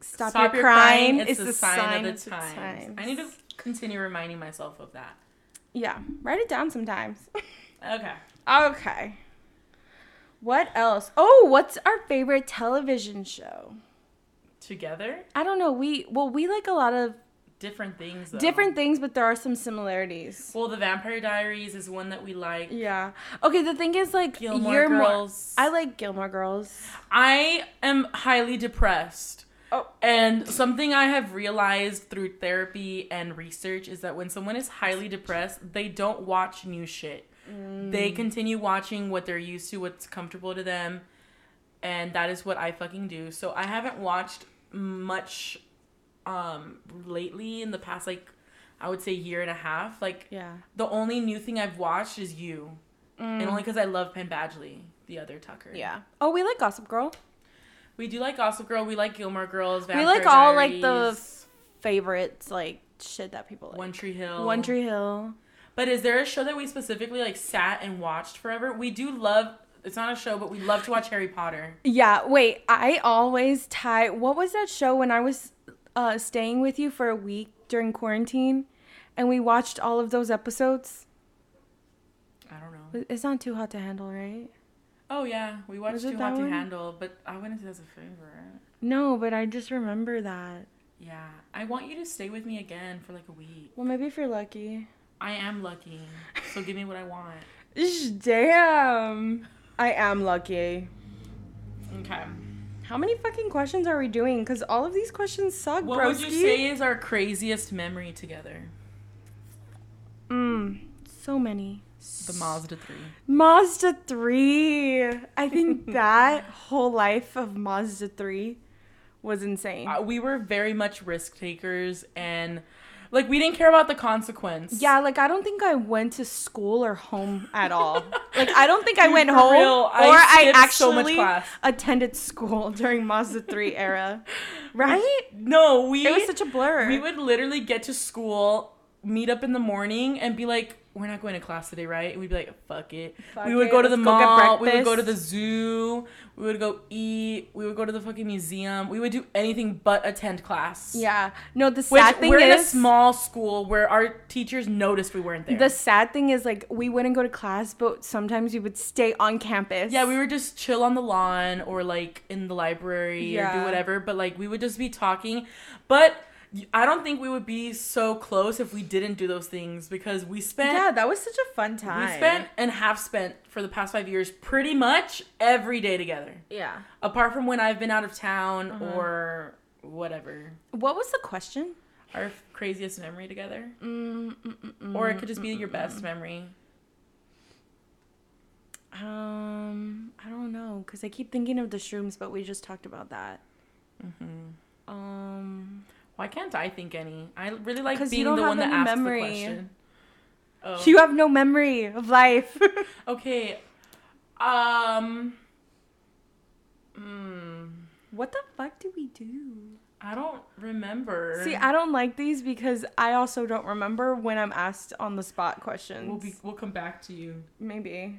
A: stop,
B: Stop
A: your
B: your
A: crying,
B: It's,
A: is
B: the, sign, of the, times. I need to
A: times.
B: continue reminding myself of that.
A: yeah write it down sometimes
B: Okay.
A: okay what else oh what's our favorite television show
B: Together,
A: i don't know we well we like a lot of
B: different things. Though.
A: different things but there are some similarities
B: Well, the Vampire Diaries is one that we like.
A: yeah okay the thing is like
B: Gilmore
A: you're
B: Girls.
A: more i like gilmore girls
B: I am highly depressed.
A: Oh.
B: And something I have realized through therapy and research is that when someone is highly depressed, they don't watch new shit.
A: Mm.
B: They continue watching what they're used to, what's comfortable to them. And that is what I fucking do. So I haven't watched much um lately in the past like I would say year and a half. Like
A: yeah
B: the only new thing I've watched is you. And only cuz I love Penn Badgley, the other Tucker.
A: Mm. yeah oh we like gossip girl
B: We do like Gossip Girl. We like Gilmore Girls.
A: we like
B: Vampire
A: all like the
B: Diaries,
A: favorites like shit that people like
B: One Tree Hill.
A: one tree hill
B: But is there a show that we specifically like sat and watched forever? We do love. It's not a show, but we love to watch Harry Potter.
A: Yeah, wait. I always tie. What was that show when I was uh, staying with you for a week during quarantine, and we watched all of those episodes?
B: I don't know.
A: It's not too hot to handle, right?
B: Oh yeah, we watched
A: Was it
B: Too
A: that
B: Hot to
A: one?
B: Handle, but I wouldn't say that's a favorite.
A: No, but I just remember that.
B: Yeah, I want you to stay with me again for like a week.
A: Well, maybe if you're lucky.
B: I am lucky, so give me what I want.
A: Ish, Damn, I am lucky.
B: Okay.
A: How many fucking questions are we doing? Cause all of these questions suck,
B: What
A: broski.
B: would you say is our craziest memory together?
A: Mm, so many.
B: The Mazda Three.
A: Mazda 3. I think that whole life of Mazda 3 was insane.
B: uh, we were very much risk takers and like we didn't care about the consequence.
A: Yeah, like I don't think I went to school or home at all. like I don't think I
B: Dude,
A: went
B: for
A: home
B: real, I
A: or I
B: skipped so
A: actually
B: much class.
A: attended school during Mazda 3 era. Right?
B: No, we
A: It was such a blur.
B: we would literally get to school, meet up in the morning and be like we're not going to class today, right? And we'd be like, fuck it.
A: Fuck
B: we would
A: it,
B: go to the
A: let's go get
B: mall. We would go to
A: breakfast.
B: the zoo. We would go eat. We would go to the fucking museum. We would do anything but attend class.
A: yeah. No, the
B: Which
A: sad thing
B: we're
A: is
B: in a small school where our teachers noticed we weren't there.
A: the sad thing is like we wouldn't go to class, but sometimes we would stay on campus.
B: Yeah, we would just chill on the lawn or like in the library or do
A: Yeah.
B: whatever, but like we would just be talking. But I don't think we would be so close if we didn't do those things because we spent
A: yeah, that was such a fun time.
B: we spent and have spent for the past 5 years pretty much every day together.
A: Yeah.
B: Apart from when I've been out of town
A: Uh-huh.
B: or whatever.
A: What was the question?
B: Our craziest memory together
A: Mm, mm, mm, mm.
B: or it could just be your best memory.
A: Um, I don't know because I keep thinking of the shrooms, but we just talked about that. Mm-hmm. Um,
B: Why can't I think any? I really like
A: 'Cause you
B: being the
A: don't
B: one
A: have
B: that
A: any
B: asks
A: memory.
B: the question. Oh.
A: you have no memory of life.
B: Okay. Um. Mm,
A: what the fuck do we do?
B: I don't remember.
A: See, I don't like these because I also don't remember when I'm asked on the spot questions.
B: we'll be we'll come back to you
A: Maybe.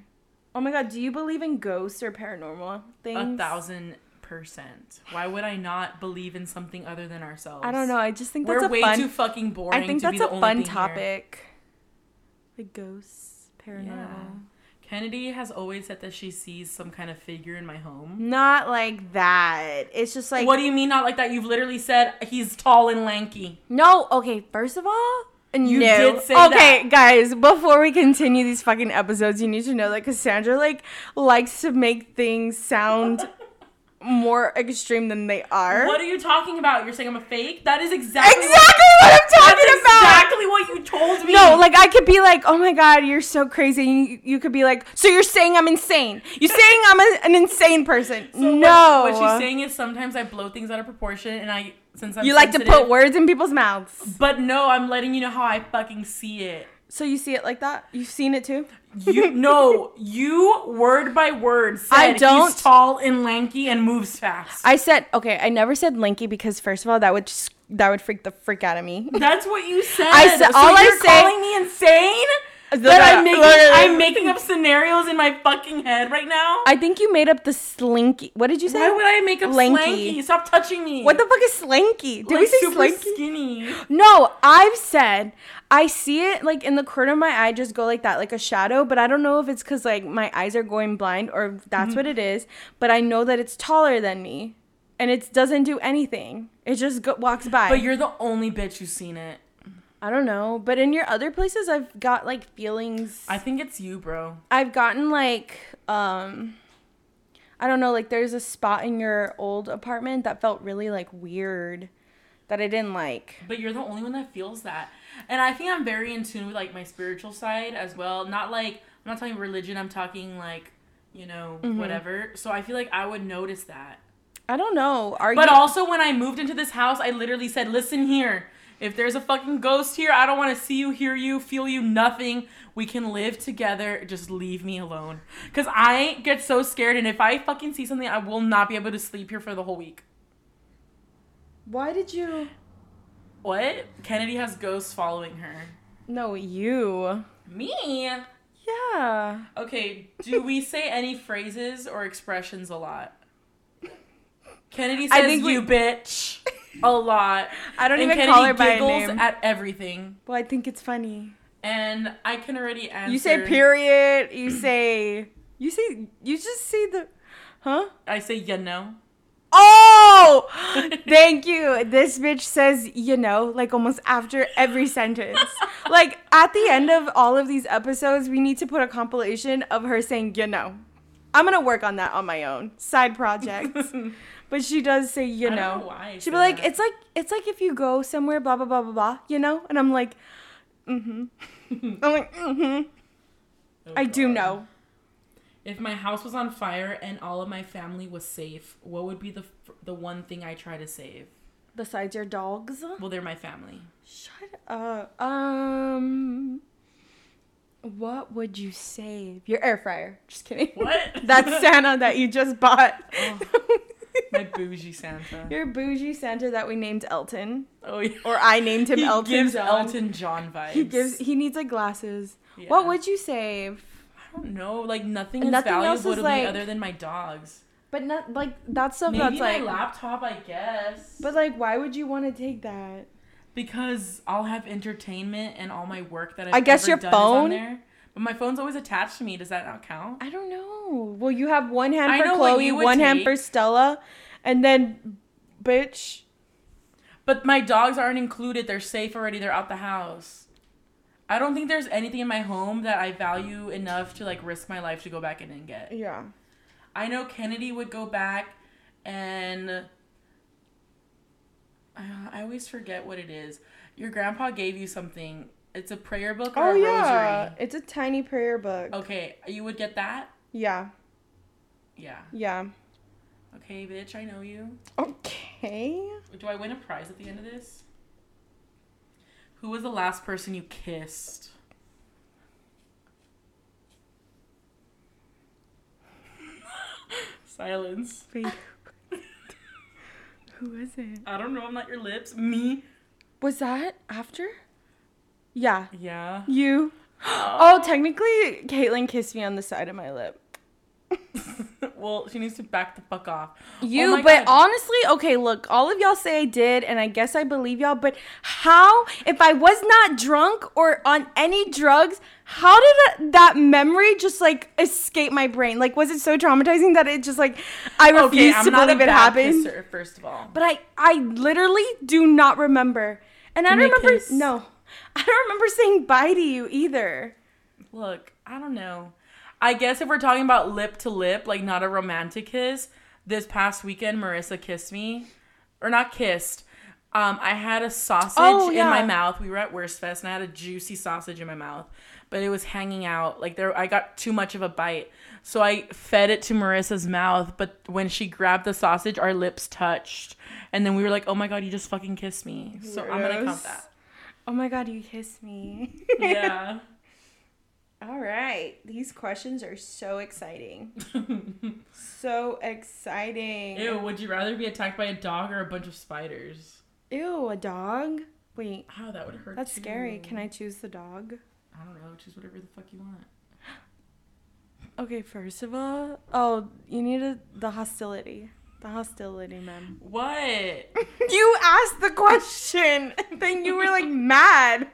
A: Oh my god, do you believe in ghosts or paranormal things?
B: a thousand percent. Why would I not believe in something other than ourselves?
A: I don't know. I just think
B: We're
A: that's a
B: way
A: fun.
B: too fucking boring.
A: I think
B: to
A: that's
B: be
A: a
B: the only
A: fun
B: thing here.
A: topic. Like ghosts, paranormal.
B: Kennedy has always said that she sees some kind of figure in my home.
A: Not like that. It's just like
B: what do you mean not like that? You've literally said he's tall and lanky.
A: No, okay, first of all, you
B: did say
A: okay, guys, before we continue these fucking episodes, you need to know that Cassandra like likes to make things sound more extreme than they are.
B: What are you talking about? You're saying I'm a fake? That is exactly
A: exactly what I'm
B: What,
A: talking
B: that's
A: about.
B: exactly what you told me.
A: No, like I could be like, oh my god, you're so crazy. And you, you could be like, so you're saying I'm insane. You're saying I'm a, an insane person.
B: So what-
A: no,
B: What, she's saying is sometimes I blow things out of proportion, and I since I'm
A: you like to
B: sensitive-
A: put words in people's mouths.
B: But no, I'm letting you know how I fucking see it.
A: So you see it like that. You've seen it too.
B: You no, you word by word said
A: I don't-
B: he's tall and lanky and moves fast.
A: I said okay. I never said lanky because first of all, that would s- that would freak the freak out of me.
B: That's what you said.
A: I said-
B: so
A: all I
B: you're
A: say-
B: calling me insane. That I'm making, I'm making up scenarios in my fucking head right now.
A: I think you made up the slinky. What did you say?
B: Why would I make up
A: Lanky.
B: lanky? Stop touching me.
A: what the fuck is slinky? Did
B: like,
A: we say
B: super
A: slinky?
B: skinny?
A: No, I've said I see it like in the corner of my eye just go like that, like a shadow, but I don't know if it's because like my eyes are going blind or if
B: Mm-hmm.
A: that's what it is, but I know that it's taller than me and it doesn't do anything. It just go- walks by.
B: But you're the only bitch who's seen it.
A: I don't know. But in your other places, I've got like feelings.
B: I think it's you, bro.
A: I've gotten like, um, I don't know, like there's a spot in your old apartment that felt really like weird that I didn't like.
B: But you're the only one that feels that. And I think I'm very in tune with like my spiritual side as well. Not like I'm not talking religion, I'm talking like, you know, whatever. So I feel like I would notice that.
A: I don't know. Are
B: But
A: you?
B: also when I moved into this house, I literally said, "Listen here. If there's a fucking ghost here, I don't want to see you, hear you, feel you, nothing. We can live together. Just leave me alone." Cuz I get so scared and if I fucking see something, I will not be able to sleep here for the whole week.
A: Why did you?
B: What? Kennedy has ghosts following her.
A: No, you.
B: Me?
A: Yeah.
B: Okay, do we say any phrases or expressions a lot? Kennedy
A: I
B: says
A: think we-
B: you bitch a lot.
A: I don't
B: and
A: even
B: Kennedy
A: call her by a
B: giggles
A: name.
B: at everything.
A: well, I think it's funny.
B: And I can already answer.
A: You say period. You say. You say. You just say the. Huh?
B: I say you know.
A: Oh! Thank you. This bitch says, you know, like almost after every sentence. like at the end of all of these episodes, we need to put a compilation of her saying, you know. I'm gonna work on that on my own. Side project. But she does say, you
B: I
A: know.
B: don't know why I
A: She'd
B: say
A: be like,
B: that.
A: it's like it's like if you go somewhere, blah blah blah blah blah, you know? And I'm like, mm-hmm. I'm like, mm-hmm.
B: Oh,
A: I do
B: God.
A: know.
B: If my house was on fire and all of my family was safe, what would be the f- the one thing I try to save?
A: Besides your dogs.
B: Well, they're my family.
A: Shut up. Um, what would you save? Your air fryer. Just kidding.
B: What?
A: That Santa that you just bought.
B: Oh, my bougie Santa.
A: Your bougie Santa that we named Elton,
B: Oh yeah.
A: or I named him
B: he
A: Elton.
B: gives
A: John.
B: Elton John vibes.
A: He gives. He needs like glasses.
B: Yeah.
A: What would you save?
B: I don't know. Like nothing is
A: Nothing else
B: valuable
A: is
B: to
A: like-
B: me other than my dogs.
A: But not like that's stuff
B: Maybe
A: that's
B: my
A: like.
B: laptop, I guess.
A: But like, why would you want to take that?
B: because I'll have entertainment and all my work that I've
A: I guess
B: ever done
A: your
B: is on
A: phone?
B: there. But my phone's always attached to me. Does that not count?
A: I don't know. Well, you have one hand
B: I
A: for
B: know what
A: Chloe,
B: you would
A: one hand for
B: take.
A: Stella, and then, bitch.
B: But my dogs aren't included. They're safe already. They're out the house. I don't think there's anything in my home that I value enough to like risk my life to go back in and get.
A: Yeah.
B: I know Kennedy would go back and I, I always forget what it is. Your grandpa gave you something. It's a prayer book or
A: Oh
B: a
A: yeah.
B: rosary.
A: It's a tiny prayer book.
B: Okay, you would get that?
A: Yeah.
B: Yeah.
A: Yeah.
B: Okay, bitch, I know you.
A: Okay.
B: Do I win a prize at the end of this? Who was the last person you kissed? Silence.
A: Wait. Who was it?
B: I don't know, I'm not your lips. Me?
A: Was that after? Yeah.
B: Yeah.
A: You. Oh, technically, Caitlyn kissed me on the side of my lip.
B: well, she needs to back the fuck off. Oh
A: You,
B: my God.
A: but honestly, okay, look, all of y'all say I did, and I guess I believe y'all, but how, if I was not drunk or on any drugs, how did that, that memory just like escape my brain? Like, was it so traumatizing that it just like, I refuse to believe it happened?
B: kisser, first of all.
A: But I, I literally do not remember. And I
B: Did
A: don't
B: they
A: remember,
B: kiss?
A: no, I don't remember saying bye to you either.
B: Look, I don't know. I guess if we're talking about lip to lip, like not a romantic kiss, this past weekend Marissa kissed me, or not kissed. Um, I had a sausage
A: Oh, yeah.
B: in my mouth. We were at Worst Fest, and I had a juicy sausage in my mouth, but it was hanging out. Like there, I got too much of a bite, so I fed it to Marissa's mouth. But when she grabbed the sausage, our lips touched, and then we were like, "Oh my god, you just fucking kissed me!" So I'm gonna count
A: Gross.
B: that.
A: Oh my God, you kissed me.
B: Yeah.
A: All right. These questions are so exciting. so exciting.
B: Ew, would you rather be attacked by a dog or a bunch of spiders?
A: Ew, a dog? Wait,
B: Oh, that would hurt.
A: that's
B: too.
A: scary. Can I choose the dog?
B: I don't know. Choose whatever the fuck you want.
A: Okay, first of all, oh, you need a, the hostility. The hostility, ma'am.
B: What?
A: you asked the question, then you were like mad.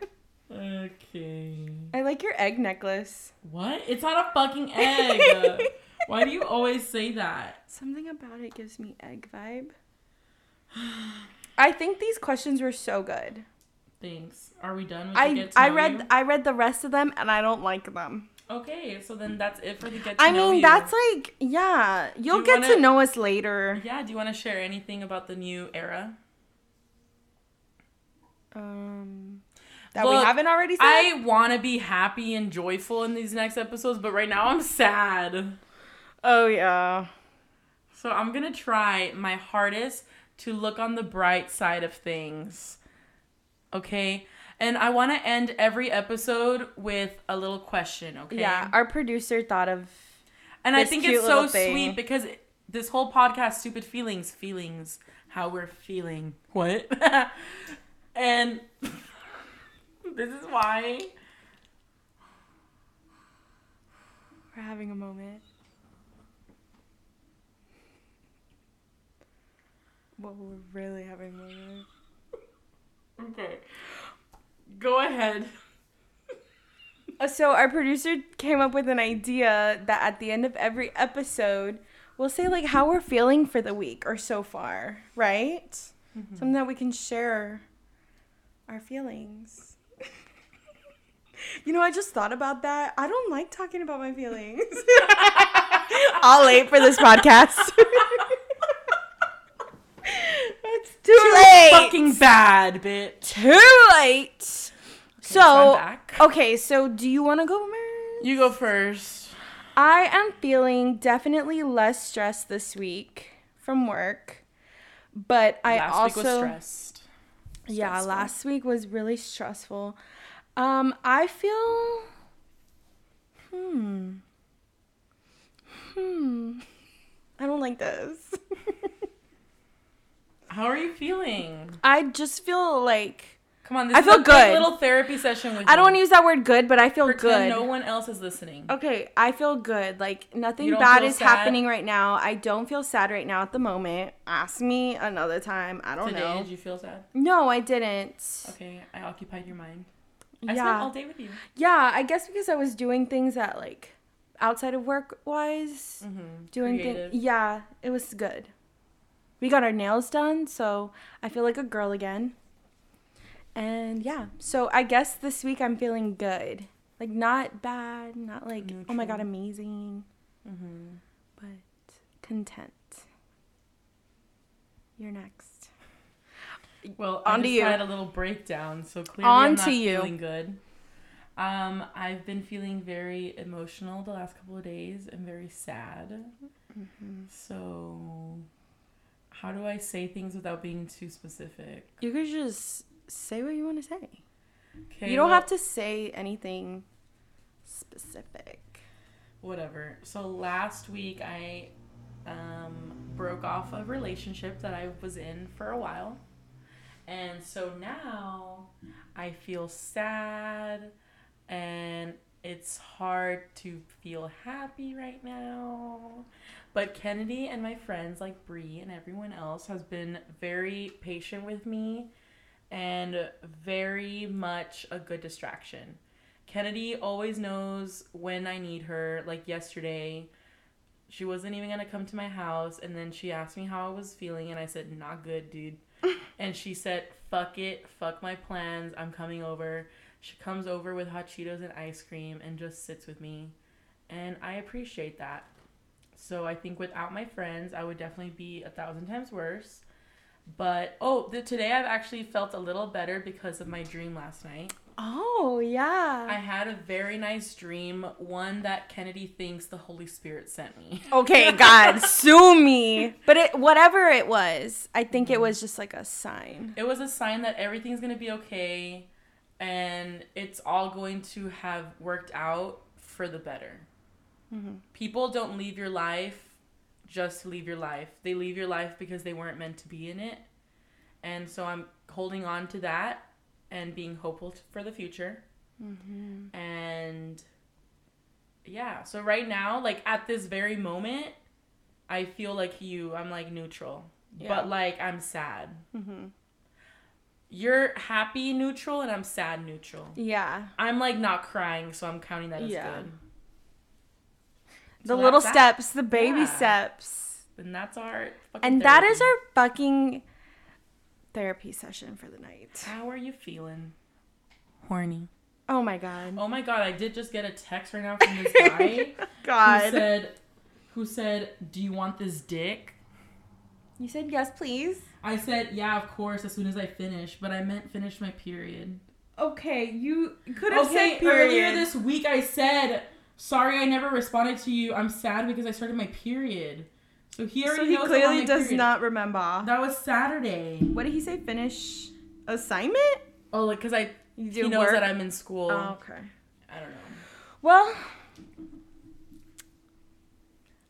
B: okay.
A: I like your egg necklace.
B: What? It's not a fucking egg. Why do you always say that?
A: Something about it gives me egg vibe. I think these questions were so good.
B: Thanks. Are we done with the
A: I
B: get to
A: I
B: know
A: read
B: you?
A: I read the rest of them and I don't like them.
B: Okay, so then that's it for the get to
A: I
B: know
A: mean,
B: you.
A: that's like yeah, you'll
B: you
A: get
B: wanna-
A: to know us later.
B: Yeah, do you want to share anything about the new era?
A: Um, that we
B: Look,
A: haven't already said.
B: I want to be happy and joyful in these next episodes, but right now I'm sad.
A: oh yeah.
B: So I'm gonna try my hardest to look on the bright side of things. Okay? And I wanna end every episode with a little question, okay?
A: Yeah, our producer thought of
B: And I
A: this
B: think
A: cute
B: it's so
A: little thing.
B: sweet because it- this whole podcast, Stupid Feelings, Feelings, How We're Feeling. What? and this is why.
A: we're having a moment. Well, we're really having a moment.
B: Okay. Go ahead.
A: Uh, So our producer came up with an idea that at the end of every episode, we'll say like how we're feeling for the week or so far, right?
B: Mm-hmm.
A: Something that we can share our feelings. you know, I just thought about that. I don't like talking about my feelings. All late for this podcast. it's too, late.
B: Fucking bad, bitch.
A: too late. so,
B: so I'm back.
A: okay, so do you want to go, Mer?
B: You go first.
A: I am feeling definitely less stressed this week from work, but I
B: Last week
A: also
B: was stressed.
A: yeah
B: stressful.
A: last week was really stressful. Um, I feel hmm hmm I don't like this.
B: How are you feeling?
A: I just feel like
B: Come on, this
A: I
B: is
A: feel
B: a big
A: good.
B: little therapy session with
A: I don't want
B: you.
A: to use that word good, but I feel
B: Pretend
A: good.
B: No one else is listening.
A: Okay, I feel good. Like nothing
B: You don't
A: bad
B: feel
A: is
B: sad?
A: happening right now. I don't feel sad right now at the moment. Ask me another time. I don't
B: Today,
A: know.
B: did you feel sad?
A: No, I didn't.
B: Okay, I occupied your mind. I spent all
A: Yeah.
B: day with you.
A: Yeah, I guess because I was doing things that like outside of work wise,
B: Mm-hmm.
A: doing
B: Creative.
A: things. Yeah, it was good. we got our nails done, so I feel like a girl again. And yeah, so I guess this week I'm feeling good. Like not bad, not like oh my god,
B: Neutral.
A: amazing,
B: Mm-hmm.
A: but content. You're next.
B: Well,
A: On
B: I
A: to
B: just
A: you.
B: had a little breakdown, so clearly
A: On
B: I'm
A: to
B: not
A: you.
B: feeling good. Um, I've been feeling very emotional the last couple of days and very sad.
A: Mm-hmm.
B: So, how do I say things without being too specific?
A: You could just say what you want to say.
B: Okay,
A: you don't
B: well-
A: have to say anything specific.
B: whatever. So last week I um, broke off a relationship that I was in for a while. And so now I feel sad and it's hard to feel happy right now. But Kennedy and my friends like Bree and everyone else has been very patient with me and very much a good distraction. Kennedy always knows when I need her. Like yesterday, she wasn't even gonna come to my house, and then she asked me how I was feeling, and I said, "Not good, dude." and she said, "Fuck it, fuck my plans. I'm coming over." She comes over with hot Cheetos and ice cream and just sits with me, and I appreciate that. So I think without my friends, I would definitely be a thousand times worse. But oh, the, today I've actually felt a little better because of my dream last night.
A: Oh
B: I
A: yeah.
B: had a very nice dream, one that Kennedy thinks the Holy Spirit sent me.
A: okay, God, sue me. But it, whatever it was, I think it was just like a sign.
B: It was a sign that everything's going to be okay and it's all going to have worked out for the better. People don't leave your life just to leave your life. They leave your life because they weren't meant to be in it. And so I'm holding on to that and being hopeful t- for the future. And yeah, so right now, like at this very moment, I feel like you, I'm like neutral,
A: Yeah.
B: but like I'm sad. You're happy neutral, and I'm sad neutral.
A: Yeah.
B: I'm like not crying, so I'm counting that as
A: Yeah.
B: good.
A: The
B: So
A: little
B: that's that.
A: steps, the baby
B: Yeah.
A: steps.
B: And that's our fucking
A: And that is
B: therapy.
A: our fucking therapy session for the night.
B: How are you feeling? Horny.
A: Oh my god.
B: Oh my god, I did just get a text right now from this guy who
A: God.
B: said, "Who said, do you want this dick?"
A: You said yes, please.
B: I said, "Yeah, of course." As soon as I finish, but I meant finish my period.
A: Okay, you could
B: Okay, earlier this week I said, "Sorry, I never responded to you. I'm sad because I started my period." So he already
A: so he
B: knows I'm on
A: clearly
B: my
A: does
B: period.
A: not remember.
B: That was Saturday.
A: What did he say? Finish assignment?
B: Oh, like because I
A: You
B: he knows that I'm in school.
A: Oh, okay.
B: I don't know.
A: Well,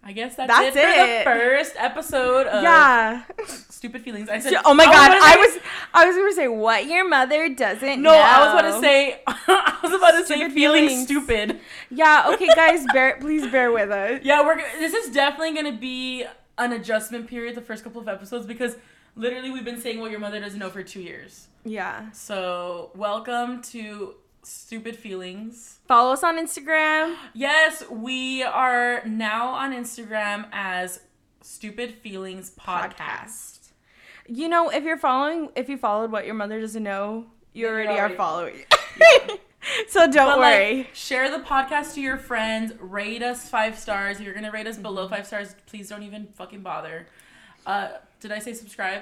B: I guess that's,
A: That's
B: it,
A: it.
B: for the first episode of
A: yeah.
B: Stupid Feelings. Uh, I said,
A: oh my god,
B: gonna
A: I
B: say-
A: was I was gonna say what your mother doesn't
B: no,
A: know.
B: I was about to say I was about to say
A: Stupid
B: feeling
A: feelings.
B: stupid.
A: Yeah, okay guys, bear please bear with us.
B: Yeah, we're g- this is definitely gonna be an adjustment period the first couple of episodes because literally we've been saying what your mother doesn't know for two years.
A: Yeah.
B: So welcome to Stupid Feelings.
A: Follow us on Instagram.
B: Yes, we are now on Instagram as Stupid Feelings Podcast.
A: Podcast. You know, if you're following if you followed what your mother doesn't know, you
B: Then you're
A: already,
B: already-
A: are following. so don't
B: But, like,
A: worry.
B: share the podcast to your friends. Rate us five stars. If you're gonna rate us below five stars, please don't even fucking bother. Uh, did I say subscribe?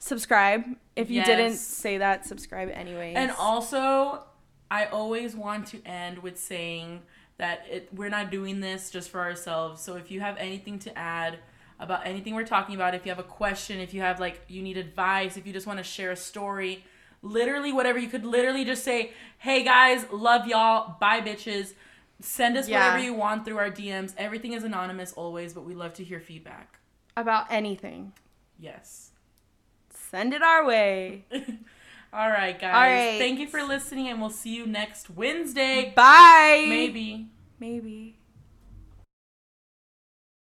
A: subscribe. If you didn't
B: Yes.
A: say that, subscribe anyways.
B: And also, I always want to end with saying that it, we're not doing this just for ourselves. So if you have anything to add about anything we're talking about, if you have a question, if you have like you need advice, if you just want to share a story, literally whatever, you could literally just say, "Hey guys, love y'all. Bye bitches." Send us
A: Yeah.
B: whatever you want through our DMs. Everything is anonymous always, but we love to hear feedback.
A: about anything.
B: Yes.
A: Send it our way.
B: All right, guys.
A: right.
B: Thank you for listening, and we'll see you next Wednesday.
A: Bye.
B: Maybe.
A: Maybe.